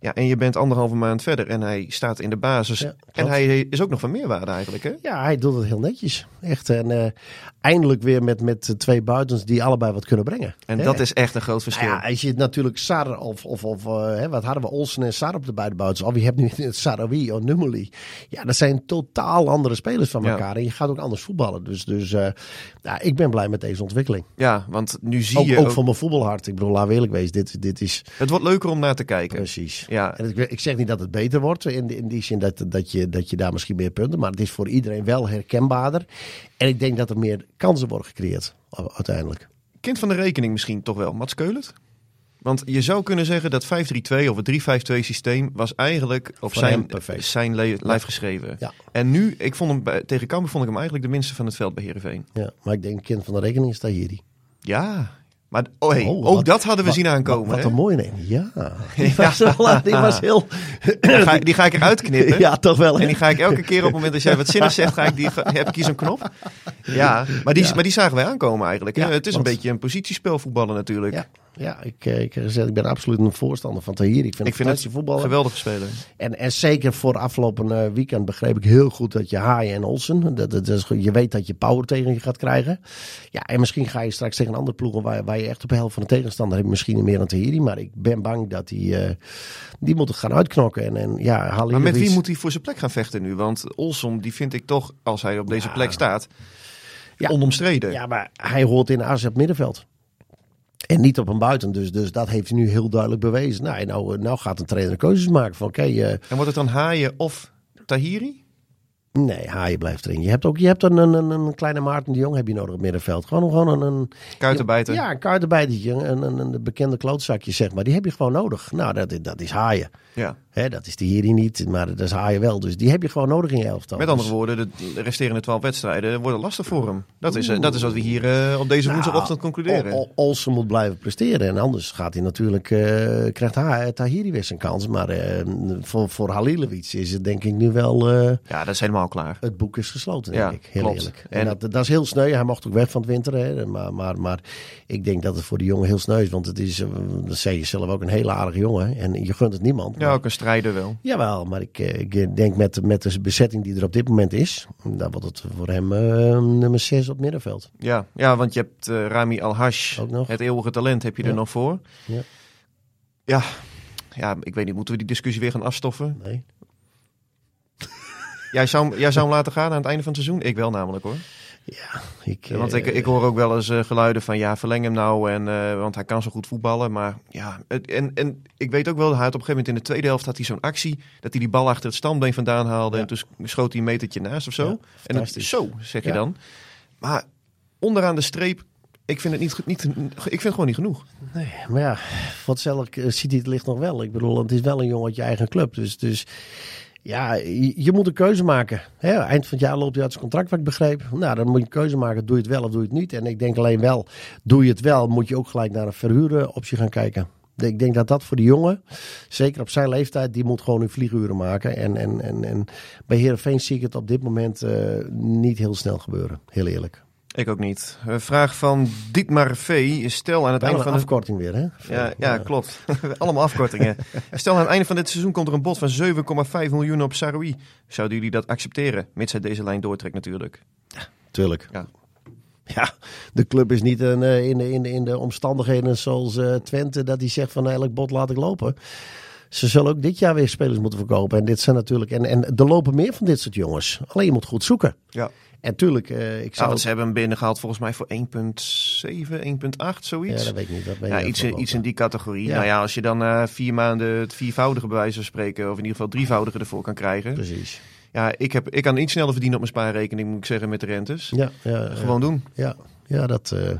[SPEAKER 1] Ja, en je bent anderhalve maand verder en hij staat in de basis.
[SPEAKER 2] Ja, klopt.
[SPEAKER 1] en hij eh, is ook nog van meerwaarde eigenlijk, hè?
[SPEAKER 2] Ja, hij doet het heel netjes. Echt. En eh, eindelijk weer met, met twee buitens die allebei wat kunnen brengen.
[SPEAKER 1] En
[SPEAKER 2] Hè?
[SPEAKER 1] dat is echt een groot verschil.
[SPEAKER 2] Nou ja, als je het natuurlijk Sar of, of, of eh, hè, wat hadden we, Olsen en Sar op de beide buitens. Of je hebt nu *laughs* het Sarawi of Numeli. Ja, dat zijn totaal andere spelers van
[SPEAKER 1] Ja.
[SPEAKER 2] elkaar. En je gaat ook anders voetballen. Dus, dus eh, nou, ik ben blij met deze ontwikkeling.
[SPEAKER 1] Ja, want nu zie
[SPEAKER 2] Ook,
[SPEAKER 1] je...
[SPEAKER 2] ook
[SPEAKER 1] ook-
[SPEAKER 2] van mijn voetbalhart. Ik bedoel, laat we eerlijk wezen. Dit, dit is
[SPEAKER 1] Het wordt leuker om naar te kijken.
[SPEAKER 2] precies.
[SPEAKER 1] Ja,
[SPEAKER 2] En ik, ik zeg niet dat het beter wordt in, in die zin dat, dat, je, dat je daar misschien meer punten. Maar het is voor iedereen wel herkenbaarder. En ik denk dat er meer kansen worden gecreëerd u- uiteindelijk.
[SPEAKER 1] kind van de rekening misschien toch wel, Mats Keulert? Want je zou kunnen zeggen dat 5-3-2 of het 3-5-2 systeem was eigenlijk op
[SPEAKER 2] Voor
[SPEAKER 1] zijn,
[SPEAKER 2] hem perfect.
[SPEAKER 1] zijn le- lijf geschreven.
[SPEAKER 2] Ja.
[SPEAKER 1] En nu, ik vond hem bij, tegen Cambuur vond ik hem eigenlijk de minste van het veld bij Heerenveen.
[SPEAKER 2] Ja, maar ik denk, kind van de rekening is Tahiri.
[SPEAKER 1] Ja, maar oh, hey,
[SPEAKER 2] Oh,
[SPEAKER 1] ook
[SPEAKER 2] wat-
[SPEAKER 1] dat hadden we zien aankomen.
[SPEAKER 2] Wat
[SPEAKER 1] hè?
[SPEAKER 2] een mooie neem.
[SPEAKER 1] *laughs*
[SPEAKER 2] Ja, die was, wel- die was heel...
[SPEAKER 1] Die ga, die ga ik eruit knippen.
[SPEAKER 2] *laughs* ja, toch wel.
[SPEAKER 1] En die ga ik elke keer op het moment dat jij wat zinnigs zegt, ga ik die, heb ik hier zo'n knop. Ja, maar die, maar die zagen wij aankomen eigenlijk. hè?
[SPEAKER 2] Ja,
[SPEAKER 1] het is
[SPEAKER 2] klopt.
[SPEAKER 1] een beetje een positiespel voetballen natuurlijk.
[SPEAKER 2] Ja, ja ik, eh, ik, heb gezegd, ik ben absoluut een voorstander van Tahiri. Ik vind,
[SPEAKER 1] Ik vind het
[SPEAKER 2] het voetballer.
[SPEAKER 1] geweldig spelen.
[SPEAKER 2] En, en zeker voor afgelopen eh, weekend begreep ik heel goed dat je Haaien en Olsen, dat, dat is, goed. je weet dat je power tegen je gaat krijgen. Ja, en misschien ga je straks tegen een andere ploegen waar, waar je echt op de helft van de tegenstander hebt. Misschien meer dan Tahiri, maar ik ben bang dat die, eh, die moeten gaan uitknokken. En, en ja, Halilovic,
[SPEAKER 1] Maar met wie moet hij voor zijn plek gaan vechten nu? Want Olson, die vind ik toch, als hij op deze
[SPEAKER 2] Ja.
[SPEAKER 1] plek staat,
[SPEAKER 2] Ja.
[SPEAKER 1] onomstreden.
[SPEAKER 2] Ja, maar hij hoort in AZ middenveld. En niet op een buiten, dus, dus dat heeft hij nu heel duidelijk bewezen. Nou, en nou, eh, nou gaat een trainer keuzes maken van oké, eh,
[SPEAKER 1] En wordt het dan Haaien of Tahiri?
[SPEAKER 2] Nee, Haaien blijft erin. Je hebt ook je hebt een, een, een, een kleine Maarten de Jong heb je nodig op het middenveld. Gewoon, gewoon een, een...
[SPEAKER 1] Kuitenbijter.
[SPEAKER 2] Ja, een kuitenbijtertje. Een, een, een bekende klootzakje, zeg maar. Die heb je gewoon nodig. Nou, dat, is- dat is Haaien.
[SPEAKER 1] Ja.
[SPEAKER 2] Hè, dat is die hier niet, maar dat is Haaien wel. Dus die heb je gewoon nodig in je elftal.
[SPEAKER 1] Met andere woorden, de de resterende twaalf wedstrijden worden lastig voor hem. Dat is, eh, dat is wat we hier eh, op deze
[SPEAKER 2] Nou, oh.
[SPEAKER 1] woensdagochtend concluderen.
[SPEAKER 2] Ol- Ol- Olsen moet blijven presteren. En anders gaat hij natuurlijk, eh, krijgt Ha- Tahiri weer zijn kans. Maar eh, voor, voor Halilovic is het denk ik nu wel... eh,
[SPEAKER 1] Ja, dat is helemaal klaar.
[SPEAKER 2] het boek is gesloten,
[SPEAKER 1] Ja,
[SPEAKER 2] denk ik. Heel
[SPEAKER 1] klopt.
[SPEAKER 2] eerlijk. En,
[SPEAKER 1] En-
[SPEAKER 2] dat, dat is heel sneu. Hij mocht ook weg van het winter. Hè. Maar, maar, maar ik denk dat het voor de jongen heel sneu is. Want het is, eh, dat zei je zelf ook, een hele aardige jongen. En je gunt het niemand.
[SPEAKER 1] Ja,
[SPEAKER 2] Maar-
[SPEAKER 1] ook een strijder wel.
[SPEAKER 2] Jawel, maar ik, eh, ik denk met, met de bezetting die er op dit moment is... dan wordt het voor hem eh, nummer 6 op middenveld.
[SPEAKER 1] Ja, ja want je hebt eh, Rami Al-Hash,
[SPEAKER 2] Ook nog.
[SPEAKER 1] het eeuwige talent, heb je er
[SPEAKER 2] Ja.
[SPEAKER 1] nog voor.
[SPEAKER 2] Ja.
[SPEAKER 1] ja, ja, ik weet niet, moeten we die discussie weer gaan afstoffen?
[SPEAKER 2] Nee.
[SPEAKER 1] Jij zou, hem- jij zou hem laten gaan aan het einde van het seizoen? Ik wel namelijk hoor.
[SPEAKER 2] Ja, ik...
[SPEAKER 1] Ja, want
[SPEAKER 2] eh,
[SPEAKER 1] ik, ik hoor ook wel eens eh, geluiden van ja, verleng hem nou, en, eh, want hij kan zo goed voetballen. Maar ja, het- en, en ik weet ook wel, hij had op een gegeven moment in de tweede helft had hij zo'n actie, dat hij die bal achter het standbeen vandaan haalde
[SPEAKER 2] Ja.
[SPEAKER 1] en toen s- schoot hij een metertje naast of zo.
[SPEAKER 2] Ja,
[SPEAKER 1] en het,
[SPEAKER 2] fantastisch.
[SPEAKER 1] zo, zeg je
[SPEAKER 2] Ja.
[SPEAKER 1] dan. Maar onderaan de streep, ik vind het, niet, goed- niet, ik vind het gewoon niet genoeg.
[SPEAKER 2] Nee, maar ja, voor hetzelfde eh, ziet hij het licht nog wel. Ik bedoel, het is wel een jongen uit je eigen club. Dus, dus ja, je, je moet een keuze maken. Hè, eind van het jaar loopt hij uit zijn contract, wat ik begreep. Nou, dan moet je een keuze maken. Doe je het wel of doe je het niet? En ik denk alleen wel, doe je het wel, moet je ook gelijk naar een verhuren optie gaan kijken. Ik denk dat dat voor de jongen, zeker op zijn leeftijd, die moet gewoon hun vlieguren maken. En, en, en, en bij Heerenveen zie ik het op dit moment eh, niet heel snel gebeuren. Heel eerlijk.
[SPEAKER 1] Ik ook niet. Een vraag van Dietmar V. Stel aan het
[SPEAKER 2] Bijna
[SPEAKER 1] einde
[SPEAKER 2] een
[SPEAKER 1] van het
[SPEAKER 2] afkorting weer, hè?
[SPEAKER 1] Ja, ja, klopt. *laughs* Allemaal afkortingen. Stel, aan het einde van dit seizoen komt er een bod van 7,5 miljoen op Saroui. Zouden jullie dat accepteren? Mits hij deze lijn doortrekt natuurlijk.
[SPEAKER 2] Tuurlijk.
[SPEAKER 1] Ja.
[SPEAKER 2] Ja, de club is niet een, eh, in, de, in, de, in de omstandigheden zoals eh, Twente, dat die zegt van "Nou, elk bot laat ik lopen. Ze zullen ook dit jaar weer spelers moeten verkopen. En dit zijn natuurlijk. En, en er lopen meer van dit soort jongens. Alleen je moet goed zoeken.
[SPEAKER 1] Ja.
[SPEAKER 2] En tuurlijk, eh, ik
[SPEAKER 1] Ja,
[SPEAKER 2] zou.
[SPEAKER 1] want ze hebben hem binnengehaald volgens mij voor 1,7, 1,8,
[SPEAKER 2] ja,
[SPEAKER 1] zoiets.
[SPEAKER 2] dat
[SPEAKER 1] Ja,
[SPEAKER 2] weet ik niet. Dat weet ik
[SPEAKER 1] iets,
[SPEAKER 2] niet.
[SPEAKER 1] in, iets in die categorie.
[SPEAKER 2] Ja.
[SPEAKER 1] Nou ja, als je dan na vier maanden het viervoudige bij wijze van spreken, of in ieder geval drievoudige ervoor kan krijgen.
[SPEAKER 2] Precies.
[SPEAKER 1] Ja, ik, heb, ik kan iets sneller verdienen op mijn spaarrekening, moet ik zeggen, met de rentes.
[SPEAKER 2] Ja, ja, ja.
[SPEAKER 1] Gewoon doen.
[SPEAKER 2] Ja, ja dat. eh,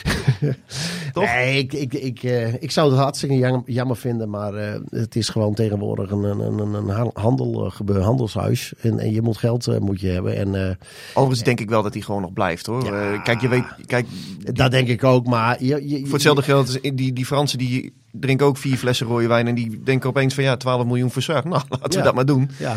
[SPEAKER 1] *laughs* Toch?
[SPEAKER 2] Nee, ik, ik, ik, eh, ik zou het hartstikke jam- jammer vinden, maar eh, het is gewoon tegenwoordig een, een, een, een ha- handel, eh, gebe- handelshuis. En, en je moet geld eh, moet je hebben. En eh,
[SPEAKER 1] Overigens denk ik wel dat hij gewoon nog blijft hoor.
[SPEAKER 2] Ja.
[SPEAKER 1] Eh, kijk, je weet, kijk,
[SPEAKER 2] dat denk ik ook, maar. Je, je- je-
[SPEAKER 1] Voor hetzelfde geld, is- die, die Fransen die drinken ook vier flessen rode wijn. En die denken opeens van ja, 12 miljoen voor zorg. *laughs* Nou, laten
[SPEAKER 2] Ja.
[SPEAKER 1] we dat maar doen.
[SPEAKER 2] Ja,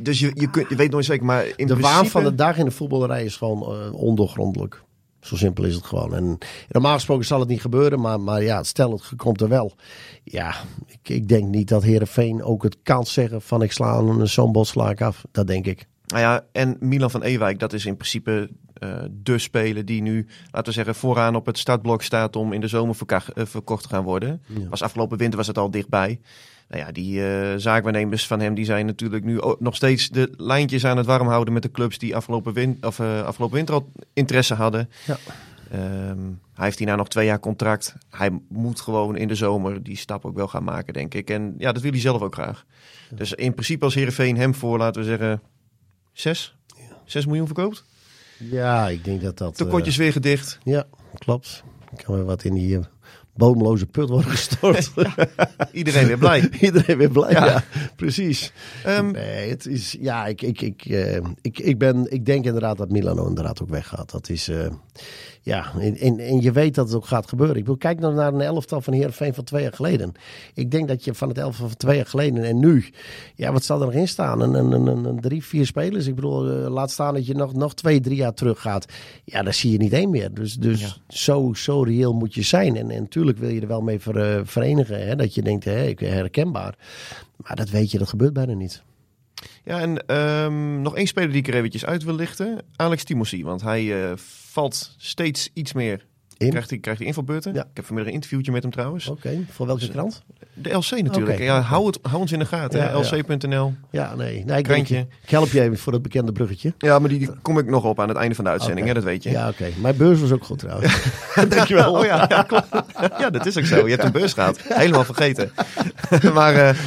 [SPEAKER 1] Dus je, je, kunt, je weet nooit zeker, maar in
[SPEAKER 2] de
[SPEAKER 1] principe...
[SPEAKER 2] waan van de dag in de voetballerij is gewoon eh, ondoorgrondelijk. Zo simpel is het gewoon. En normaal gesproken zal het niet gebeuren, maar, maar ja, stel het komt er wel. Ja, ik, ik denk niet dat Herenveen ook het kan zeggen van ik sla een zo'n bot sla ik af. Dat denk ik.
[SPEAKER 1] Nou ja, en Milan van Ewijk, dat is in principe eh de speler die nu, laten we zeggen, vooraan op het startblok staat om in de zomer verka- eh, verkocht te gaan worden.
[SPEAKER 2] Ja.
[SPEAKER 1] Was afgelopen winter was het al dichtbij. Nou ja, die eh, zaakwaarnemers van hem die zijn natuurlijk nu ook nog steeds de lijntjes aan het warm houden met de clubs die afgelopen, win of, eh, afgelopen winter al interesse hadden.
[SPEAKER 2] Ja.
[SPEAKER 1] Ehm, hij heeft hierna nog twee jaar contract. Hij moet gewoon in de zomer die stap ook wel gaan maken, denk ik. En ja, dat wil hij zelf ook graag. Dus in principe als Heerenveen hem voor, laten we zeggen, 6, 6 miljoen verkoopt.
[SPEAKER 2] Eh. Ja, ik denk dat dat...
[SPEAKER 1] De
[SPEAKER 2] eh,
[SPEAKER 1] potjes weer gedicht.
[SPEAKER 2] ja, klopt. Kan weer wat in die eh, bodemloze put worden *laughs* gestort.
[SPEAKER 1] Iedereen weer
[SPEAKER 2] *laughs*
[SPEAKER 1] blij.
[SPEAKER 2] Iedereen weer blij,
[SPEAKER 1] Ja.
[SPEAKER 2] ja. precies.
[SPEAKER 1] Ehm,
[SPEAKER 2] nee, het is, ja, ik, ik, ik, eh, ik, ik, ben, ik denk inderdaad dat Milano inderdaad ook weggaat. Dat is, eh, ja, en, en, en je weet dat het ook gaat gebeuren. Ik bedoel, kijk nou naar een elftal van Heerenveen van twee jaar geleden. Ik denk dat je van het elftal van twee jaar geleden en nu, ja, wat zal er nog in staan? Een, een, een, een- een drie, vier spelers. Ik bedoel, eh, laat staan dat je nog, nog twee, drie jaar terug gaat. Ja, daar zie je niet één meer. Dus, dus
[SPEAKER 1] Ja.
[SPEAKER 2] zo, zo reëel moet je zijn. En natuurlijk wil je er wel mee ver- eh, verenigen. Hè? Dat je denkt, hé, ik herkenbaar. Maar dat weet je, dat gebeurt bijna niet.
[SPEAKER 1] ja, en ehm, nog één speler die ik er eventjes uit wil lichten. Alex Timosi, want hij eh, valt steeds iets meer.
[SPEAKER 2] In?
[SPEAKER 1] Krijgt hij, krijgt hij invalbeurten.
[SPEAKER 2] Ja.
[SPEAKER 1] Ik heb vanmiddag een interviewtje met hem trouwens.
[SPEAKER 2] Oké,
[SPEAKER 1] Dus,
[SPEAKER 2] voor welke
[SPEAKER 1] eh,
[SPEAKER 2] krant?
[SPEAKER 1] De LC natuurlijk.
[SPEAKER 2] Oké.
[SPEAKER 1] Ja, hou, het, hou ons in de gaten.
[SPEAKER 2] Ja,
[SPEAKER 1] hè. LC.nl.
[SPEAKER 2] Ja, nee. nee ik, denk,
[SPEAKER 1] Krantje.
[SPEAKER 2] ik help je even voor dat bekende bruggetje.
[SPEAKER 1] Ja, maar die, die kom ik nog op aan het einde van de uitzending,
[SPEAKER 2] Oké.
[SPEAKER 1] hè, dat weet je.
[SPEAKER 2] Ja, oké. Mijn beurs was ook goed trouwens.
[SPEAKER 1] *laughs* Dankjewel. Oh ja, ja, klopt. ja, dat is ook zo. Je hebt een beurs gehad. Helemaal vergeten. *laughs* maar, eh,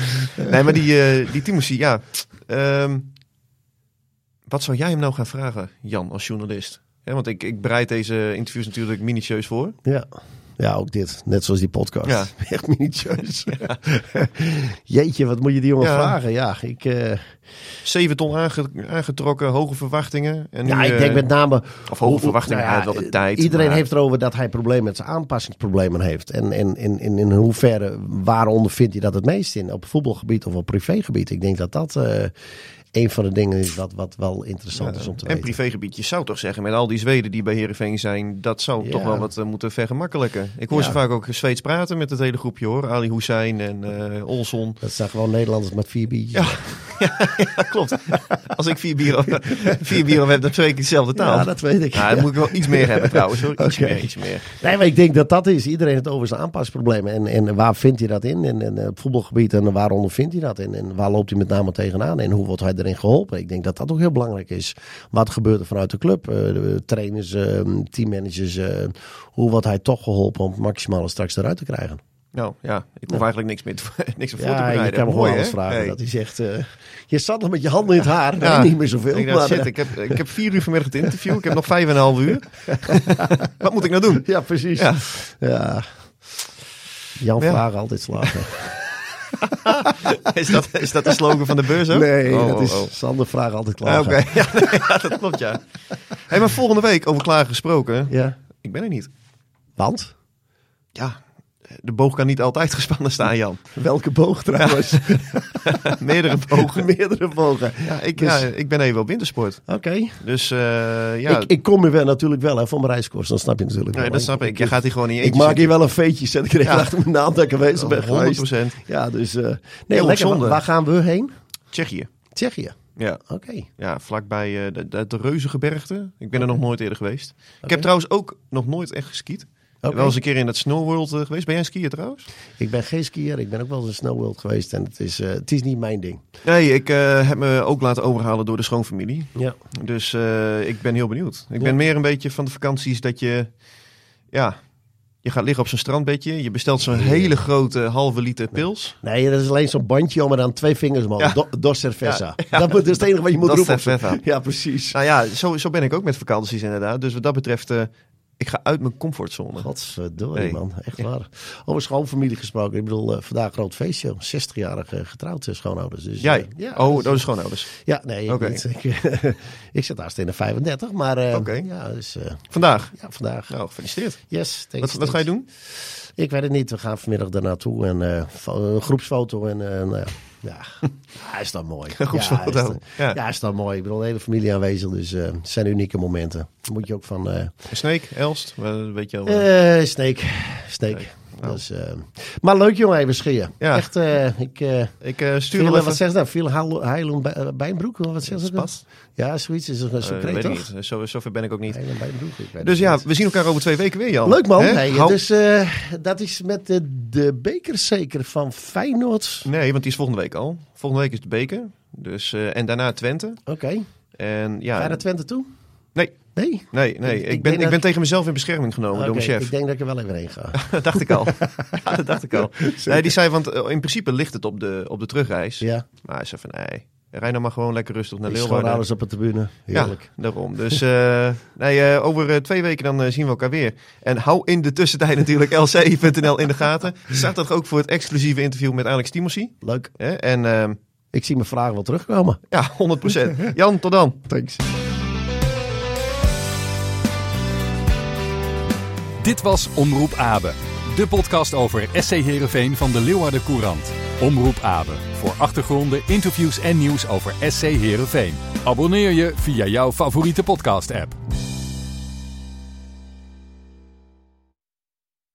[SPEAKER 1] nee, maar die, eh, die Timothy, ja. Ehm, wat zou jij hem nou gaan vragen, Jan, als journalist? Hè, want ik, ik bereid deze interviews natuurlijk minutieus voor.
[SPEAKER 2] ja. ja, ook dit. Net zoals die podcast.
[SPEAKER 1] Ja.
[SPEAKER 2] *laughs* Echt minutieus.
[SPEAKER 1] *laughs*
[SPEAKER 2] *laughs* Jeetje, wat moet je die jongen
[SPEAKER 1] Ja.
[SPEAKER 2] vragen? Ja, ik, eh,
[SPEAKER 1] Zeven ton aange- aangetrokken, hoge verwachtingen. En nu,
[SPEAKER 2] ja, ik
[SPEAKER 1] eh,
[SPEAKER 2] denk met name...
[SPEAKER 1] Of hoge
[SPEAKER 2] hoe-
[SPEAKER 1] verwachtingen,
[SPEAKER 2] nou ja,
[SPEAKER 1] hij had wel de tijd.
[SPEAKER 2] Iedereen
[SPEAKER 1] maar-
[SPEAKER 2] heeft erover dat hij problemen met zijn aanpassingsproblemen heeft. En, en, en, en in hoeverre, waaronder vindt hij dat het meest in? Op voetbalgebied of op privégebied? Ik denk dat dat eh, een van de dingen is wat, wat wel interessant is om te
[SPEAKER 1] En
[SPEAKER 2] weten.
[SPEAKER 1] privégebied, je zou toch zeggen, met al die Zweden die bij Heerenveen zijn, dat zou
[SPEAKER 2] Ja.
[SPEAKER 1] toch wel wat eh, moeten vergemakkelijken. Ik hoor
[SPEAKER 2] Ja.
[SPEAKER 1] ze vaak ook Zweeds praten met het hele groepje hoor. Ali Hussein en eh,
[SPEAKER 2] *laughs*
[SPEAKER 1] Olson.
[SPEAKER 2] Dat zijn gewoon Nederlanders met vier biertjes.
[SPEAKER 1] Ja, Dat klopt. *laughs* Als ik vier bier op, vier bier op heb, dan spreek ik dezelfde taal.
[SPEAKER 2] *laughs* Ja, dat weet ik.
[SPEAKER 1] Nou, dan moet ik wel iets meer hebben trouwens hoor. Iets
[SPEAKER 2] Oké.
[SPEAKER 1] meer, iets meer.
[SPEAKER 2] Nee, maar ik denk dat dat is. Iedereen heeft over zijn aanpasproblemen. En, en waar vindt hij dat in? En, en op voetbalgebied, en waaronder vindt hij dat in? En waar loopt hij met name tegenaan? En hoe wordt hij erin geholpen? Ik denk dat dat ook heel belangrijk is. Wat gebeurt er vanuit de club? Eh, de trainers, eh, teammanagers. eh, hoe wordt hij toch geholpen om het maximale straks eruit te krijgen?
[SPEAKER 1] Nou ja, ik hoef eigenlijk niks meer te- *laughs* niks meer voor te
[SPEAKER 2] Ja,
[SPEAKER 1] bereiden.
[SPEAKER 2] je kan hem
[SPEAKER 1] Mooi,
[SPEAKER 2] gewoon alles
[SPEAKER 1] hè?
[SPEAKER 2] vragen.
[SPEAKER 1] Hey.
[SPEAKER 2] Dat is echt... eh, je zat nog met je handen in het haar.
[SPEAKER 1] Ja.
[SPEAKER 2] Nee, niet meer zoveel.
[SPEAKER 1] Ik, dacht,
[SPEAKER 2] *laughs* maar,
[SPEAKER 1] shit,
[SPEAKER 2] eh,
[SPEAKER 1] ik, heb, ik heb vier uur vanmiddag het interview. Ik heb nog vijf en een half
[SPEAKER 2] *laughs*
[SPEAKER 1] uur. Wat moet ik nou doen?
[SPEAKER 2] Ja, precies.
[SPEAKER 1] Ja.
[SPEAKER 2] Ja. Jan
[SPEAKER 1] Ja.
[SPEAKER 2] vragen altijd slagen.
[SPEAKER 1] Is dat, is dat de slogan van de beurs ook?
[SPEAKER 2] Nee,
[SPEAKER 1] Oh,
[SPEAKER 2] dat
[SPEAKER 1] oh,
[SPEAKER 2] is
[SPEAKER 1] oh.
[SPEAKER 2] Sander vragen altijd
[SPEAKER 1] Ja,
[SPEAKER 2] klagen.
[SPEAKER 1] Ah, Oké, *laughs* ja, nee, ja, dat klopt ja. Hey, maar volgende week, over klagen gesproken,
[SPEAKER 2] Ja.
[SPEAKER 1] ik ben er niet.
[SPEAKER 2] Want?
[SPEAKER 1] Ja, de boog kan niet altijd gespannen staan, Jan. *laughs*
[SPEAKER 2] Welke boog trouwens?
[SPEAKER 1] Meerdere bogen.
[SPEAKER 2] Meerdere bogen.
[SPEAKER 1] Ja, ik,
[SPEAKER 2] Dus-
[SPEAKER 1] ja, ik ben even op wintersport.
[SPEAKER 2] Oké.
[SPEAKER 1] Dus eh, ja,
[SPEAKER 2] Ik, ik kom hier wel natuurlijk wel hè, voor mijn reiskosten. Dat snap je natuurlijk
[SPEAKER 1] nee,
[SPEAKER 2] wel.
[SPEAKER 1] dat snap ik. Jij gaat hier gewoon in je
[SPEAKER 2] Ik
[SPEAKER 1] eentje
[SPEAKER 2] maak hier wel een feetje. Zet ik er
[SPEAKER 1] Ja. Oh,
[SPEAKER 2] echt achter mijn naam dat ik aanwezig ben geweest.
[SPEAKER 1] 100%.
[SPEAKER 2] Ja, dus... eh, nee,
[SPEAKER 1] Heel
[SPEAKER 2] lekker.
[SPEAKER 1] zonde.
[SPEAKER 2] Waar gaan we heen?
[SPEAKER 1] Tsjechië.
[SPEAKER 2] Tsjechië.
[SPEAKER 1] Ja,
[SPEAKER 2] Oké.
[SPEAKER 1] ja vlakbij eh, de, de, de Reuzengebergte. Ik ben er nog nooit eerder geweest. Ik heb trouwens ook nog nooit echt geskiet.
[SPEAKER 2] Oké.
[SPEAKER 1] Wel eens een keer in dat Snow World eh, geweest. Ben jij een skier trouwens?
[SPEAKER 2] Ik ben geen skier. Ik ben ook wel eens in Snow World geweest. En het is, eh, het is niet mijn ding.
[SPEAKER 1] Nee, ik eh, heb me ook laten overhalen door de schoonfamilie.
[SPEAKER 2] Ja.
[SPEAKER 1] Dus eh, ik ben heel benieuwd. Ik
[SPEAKER 2] Ja.
[SPEAKER 1] ben meer een beetje van de vakanties dat je... Ja, je gaat liggen op zo'n strandbedje. Je bestelt zo'n hele grote halve liter pils.
[SPEAKER 2] Nee, dat is alleen zo'n bandje om en dan twee vingers man.
[SPEAKER 1] Ja.
[SPEAKER 2] Do, dos cerveza.
[SPEAKER 1] Ja, ja.
[SPEAKER 2] Dat, moet- dat is het enige wat je moet
[SPEAKER 1] Dat is
[SPEAKER 2] roepen.
[SPEAKER 1] cerveza.
[SPEAKER 2] Ja, precies.
[SPEAKER 1] Nou ja, zo, zo ben ik ook met vakanties inderdaad. Dus wat dat betreft, eh, ik ga uit mijn comfortzone.
[SPEAKER 2] Godverdorie
[SPEAKER 1] Nee.
[SPEAKER 2] man, echt waar. Over schoonfamilie gesproken, ik bedoel, eh, vandaag groot feestje. 60-jarig eh, getrouwd eh, schoonouders. Dus, eh,
[SPEAKER 1] Jij?
[SPEAKER 2] ja,
[SPEAKER 1] oh,
[SPEAKER 2] dus-
[SPEAKER 1] dat is schoonouders.
[SPEAKER 2] Ja, nee, ik,
[SPEAKER 1] Oké.
[SPEAKER 2] niet. *laughs* ik, eh, ik zit haast in de 35, maar eh,
[SPEAKER 1] Oké.
[SPEAKER 2] ja, dus, eh,
[SPEAKER 1] Vandaag.
[SPEAKER 2] ja, vandaag.
[SPEAKER 1] Nou, gefeliciteerd.
[SPEAKER 2] Yes, thanks,
[SPEAKER 1] Wat, wat ga je
[SPEAKER 2] thanks.
[SPEAKER 1] doen? *laughs*
[SPEAKER 2] Ik weet het niet, we gaan vanmiddag daar naartoe en eh, fo- een groepsfoto en eh, nou ja, Ja, ja is dat mooi.
[SPEAKER 1] Goed
[SPEAKER 2] ja, is
[SPEAKER 1] Zoldo.
[SPEAKER 2] dat,
[SPEAKER 1] Ja.
[SPEAKER 2] ja. is dat mooi. Ik bedoel, de hele familie aanwezig, dus eh, het zijn unieke momenten. Daar Moet je ook van... eh,
[SPEAKER 1] Sneek, Elst, wel, weet je wel. eh,
[SPEAKER 2] eh Snake. Snake.
[SPEAKER 1] Nou.
[SPEAKER 2] Dus, eh, maar leuk jongen, even scheer.
[SPEAKER 1] Ja.
[SPEAKER 2] Echt, eh, ik... eh
[SPEAKER 1] ik eh, stuur
[SPEAKER 2] viel,
[SPEAKER 1] hem
[SPEAKER 2] eh, wat
[SPEAKER 1] even.
[SPEAKER 2] zeggen ze nou? Viel Heil- Heilung Bij- eh, Bijnbroek? Wat zeggen ze? nou?
[SPEAKER 1] Spas?
[SPEAKER 2] Ja, zoiets. Is dat zo'n
[SPEAKER 1] Eh,
[SPEAKER 2] kreet,
[SPEAKER 1] weet ik
[SPEAKER 2] toch?
[SPEAKER 1] niet. Zo, zover ben ik ook niet.
[SPEAKER 2] Heilung Bijnbroek. ik weet
[SPEAKER 1] Dus
[SPEAKER 2] het
[SPEAKER 1] ja,
[SPEAKER 2] niet.
[SPEAKER 1] we zien elkaar over twee weken weer, Jan.
[SPEAKER 2] Leuk man.
[SPEAKER 1] Hè?
[SPEAKER 2] Hey,
[SPEAKER 1] Hou-
[SPEAKER 2] Dus eh, dat is met de, de beker zeker van Feyenoord.
[SPEAKER 1] Nee, want die is volgende week al. Volgende week is de beker. Dus, eh, en daarna Twente.
[SPEAKER 2] Oké.
[SPEAKER 1] En ja,
[SPEAKER 2] Ga je naar Twente toe?
[SPEAKER 1] Nee.
[SPEAKER 2] Nee?
[SPEAKER 1] nee, nee.
[SPEAKER 2] Ik-
[SPEAKER 1] Ik,
[SPEAKER 2] ik
[SPEAKER 1] ben,
[SPEAKER 2] denk
[SPEAKER 1] ik
[SPEAKER 2] dat-
[SPEAKER 1] ben tegen mezelf in bescherming genomen door
[SPEAKER 2] Oké,
[SPEAKER 1] mijn chef.
[SPEAKER 2] Ik denk dat ik er wel even heen ga.
[SPEAKER 1] *laughs* dat dacht ik
[SPEAKER 2] *laughs*
[SPEAKER 1] al. Ja, dat dacht ik al. Nee, die zei, want eh, in principe ligt het op de, op de terugreis.
[SPEAKER 2] ja.
[SPEAKER 1] Maar hij zei van, nee, rij nou maar gewoon lekker rustig naar
[SPEAKER 2] Ik schoon
[SPEAKER 1] Leeuwarden.
[SPEAKER 2] alles op de tribune. Heerlijk.
[SPEAKER 1] Ja, daarom. Dus eh, *laughs* nee, eh, over eh, twee weken dan eh, zien we elkaar weer. En hou in de tussentijd *laughs* natuurlijk lci.nl in de gaten. Zaterdag ook voor het exclusieve interview met Alex Timosy.
[SPEAKER 2] Leuk.
[SPEAKER 1] Hè? En ehm,
[SPEAKER 2] Ik zie mijn vragen wel terugkomen.
[SPEAKER 1] ja, 100%. Jan, tot dan.
[SPEAKER 2] Thanks.
[SPEAKER 3] Dit was Omroep Abe, de podcast over SC Heerenveen van de Leeuwarden Courant. Omroep Abe, voor achtergronden, interviews en nieuws over SC Heerenveen. Abonneer je via jouw favoriete podcast-app.